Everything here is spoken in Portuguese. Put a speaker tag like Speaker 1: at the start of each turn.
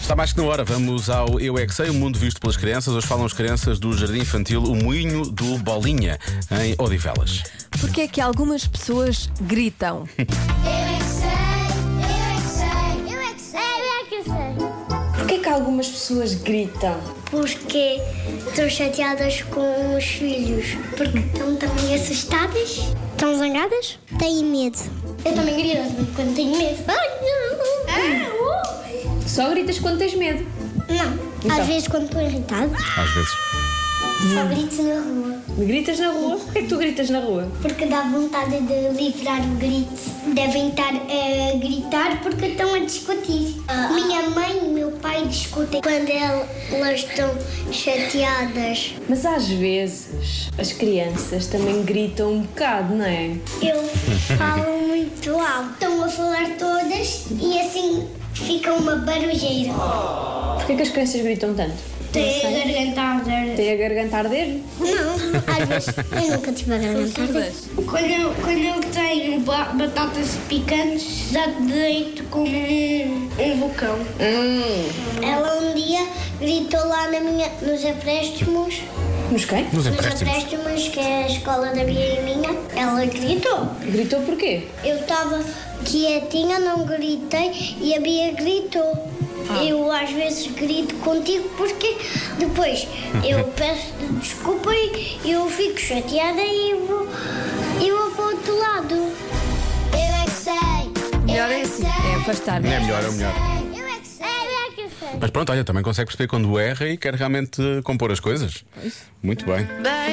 Speaker 1: Está mais que na hora, vamos ao Eu É Que Sei, o mundo visto pelas crianças. Hoje falam as crianças do Jardim Infantil O Moinho do Bolinha, em Odivelas.
Speaker 2: Porque é que algumas pessoas gritam?
Speaker 3: Eu é que sei, eu é que sei, eu é que sei, eu é que sei.
Speaker 4: Porquê que algumas pessoas gritam?
Speaker 3: Porque estão chateadas com os filhos, porque estão também assustadas. Estão zangadas? Têm medo. Eu também grito quando tenho medo.
Speaker 4: Só gritas quando tens medo.
Speaker 3: Não, às vezes quando estou irritado,
Speaker 1: Às vezes.
Speaker 3: só grito na rua.
Speaker 4: Gritas na rua? Porquê que tu gritas na rua?
Speaker 3: Porque dá vontade de livrar o grito. Devem estar a gritar porque estão a discutir. Minha mãe e meu pai discutem quando elas estão chateadas.
Speaker 4: Mas às vezes as crianças também gritam um bocado, não é?
Speaker 3: Eu falo muito alto. Estão a falar todas e assim fica uma barulheira.
Speaker 4: Porquê que as crianças gritam tanto?
Speaker 3: Tem a garganta a arder.
Speaker 4: Tem a garganta a arder?
Speaker 3: Não, às vezes eu nunca tive a garganta a arder.
Speaker 5: Quando eu, quando eu tenho ba- batatas picantes, já deito com um, um vulcão.
Speaker 3: Ela um dia gritou lá na minha, nos empréstimos.
Speaker 4: Nos quem?
Speaker 1: Nos
Speaker 3: Nos
Speaker 1: empréstimos.
Speaker 3: empréstimos, que é a escola da minha e minha, ela gritou.
Speaker 4: Gritou porquê?
Speaker 3: Eu estava quietinha, não gritei e a Bia gritou.
Speaker 2: Ah.
Speaker 3: Eu às vezes grito contigo porque depois eu peço desculpa e eu fico chateada e vou, e vou para o outro lado. Eu é que sei.
Speaker 2: Melhor é assim, é afastar.
Speaker 1: É melhor, é melhor.
Speaker 3: Eu é que sei, eu é que sei.
Speaker 1: Mas pronto, olha, também consegue perceber quando erra e quer realmente eh, compor as coisas. Muito bem.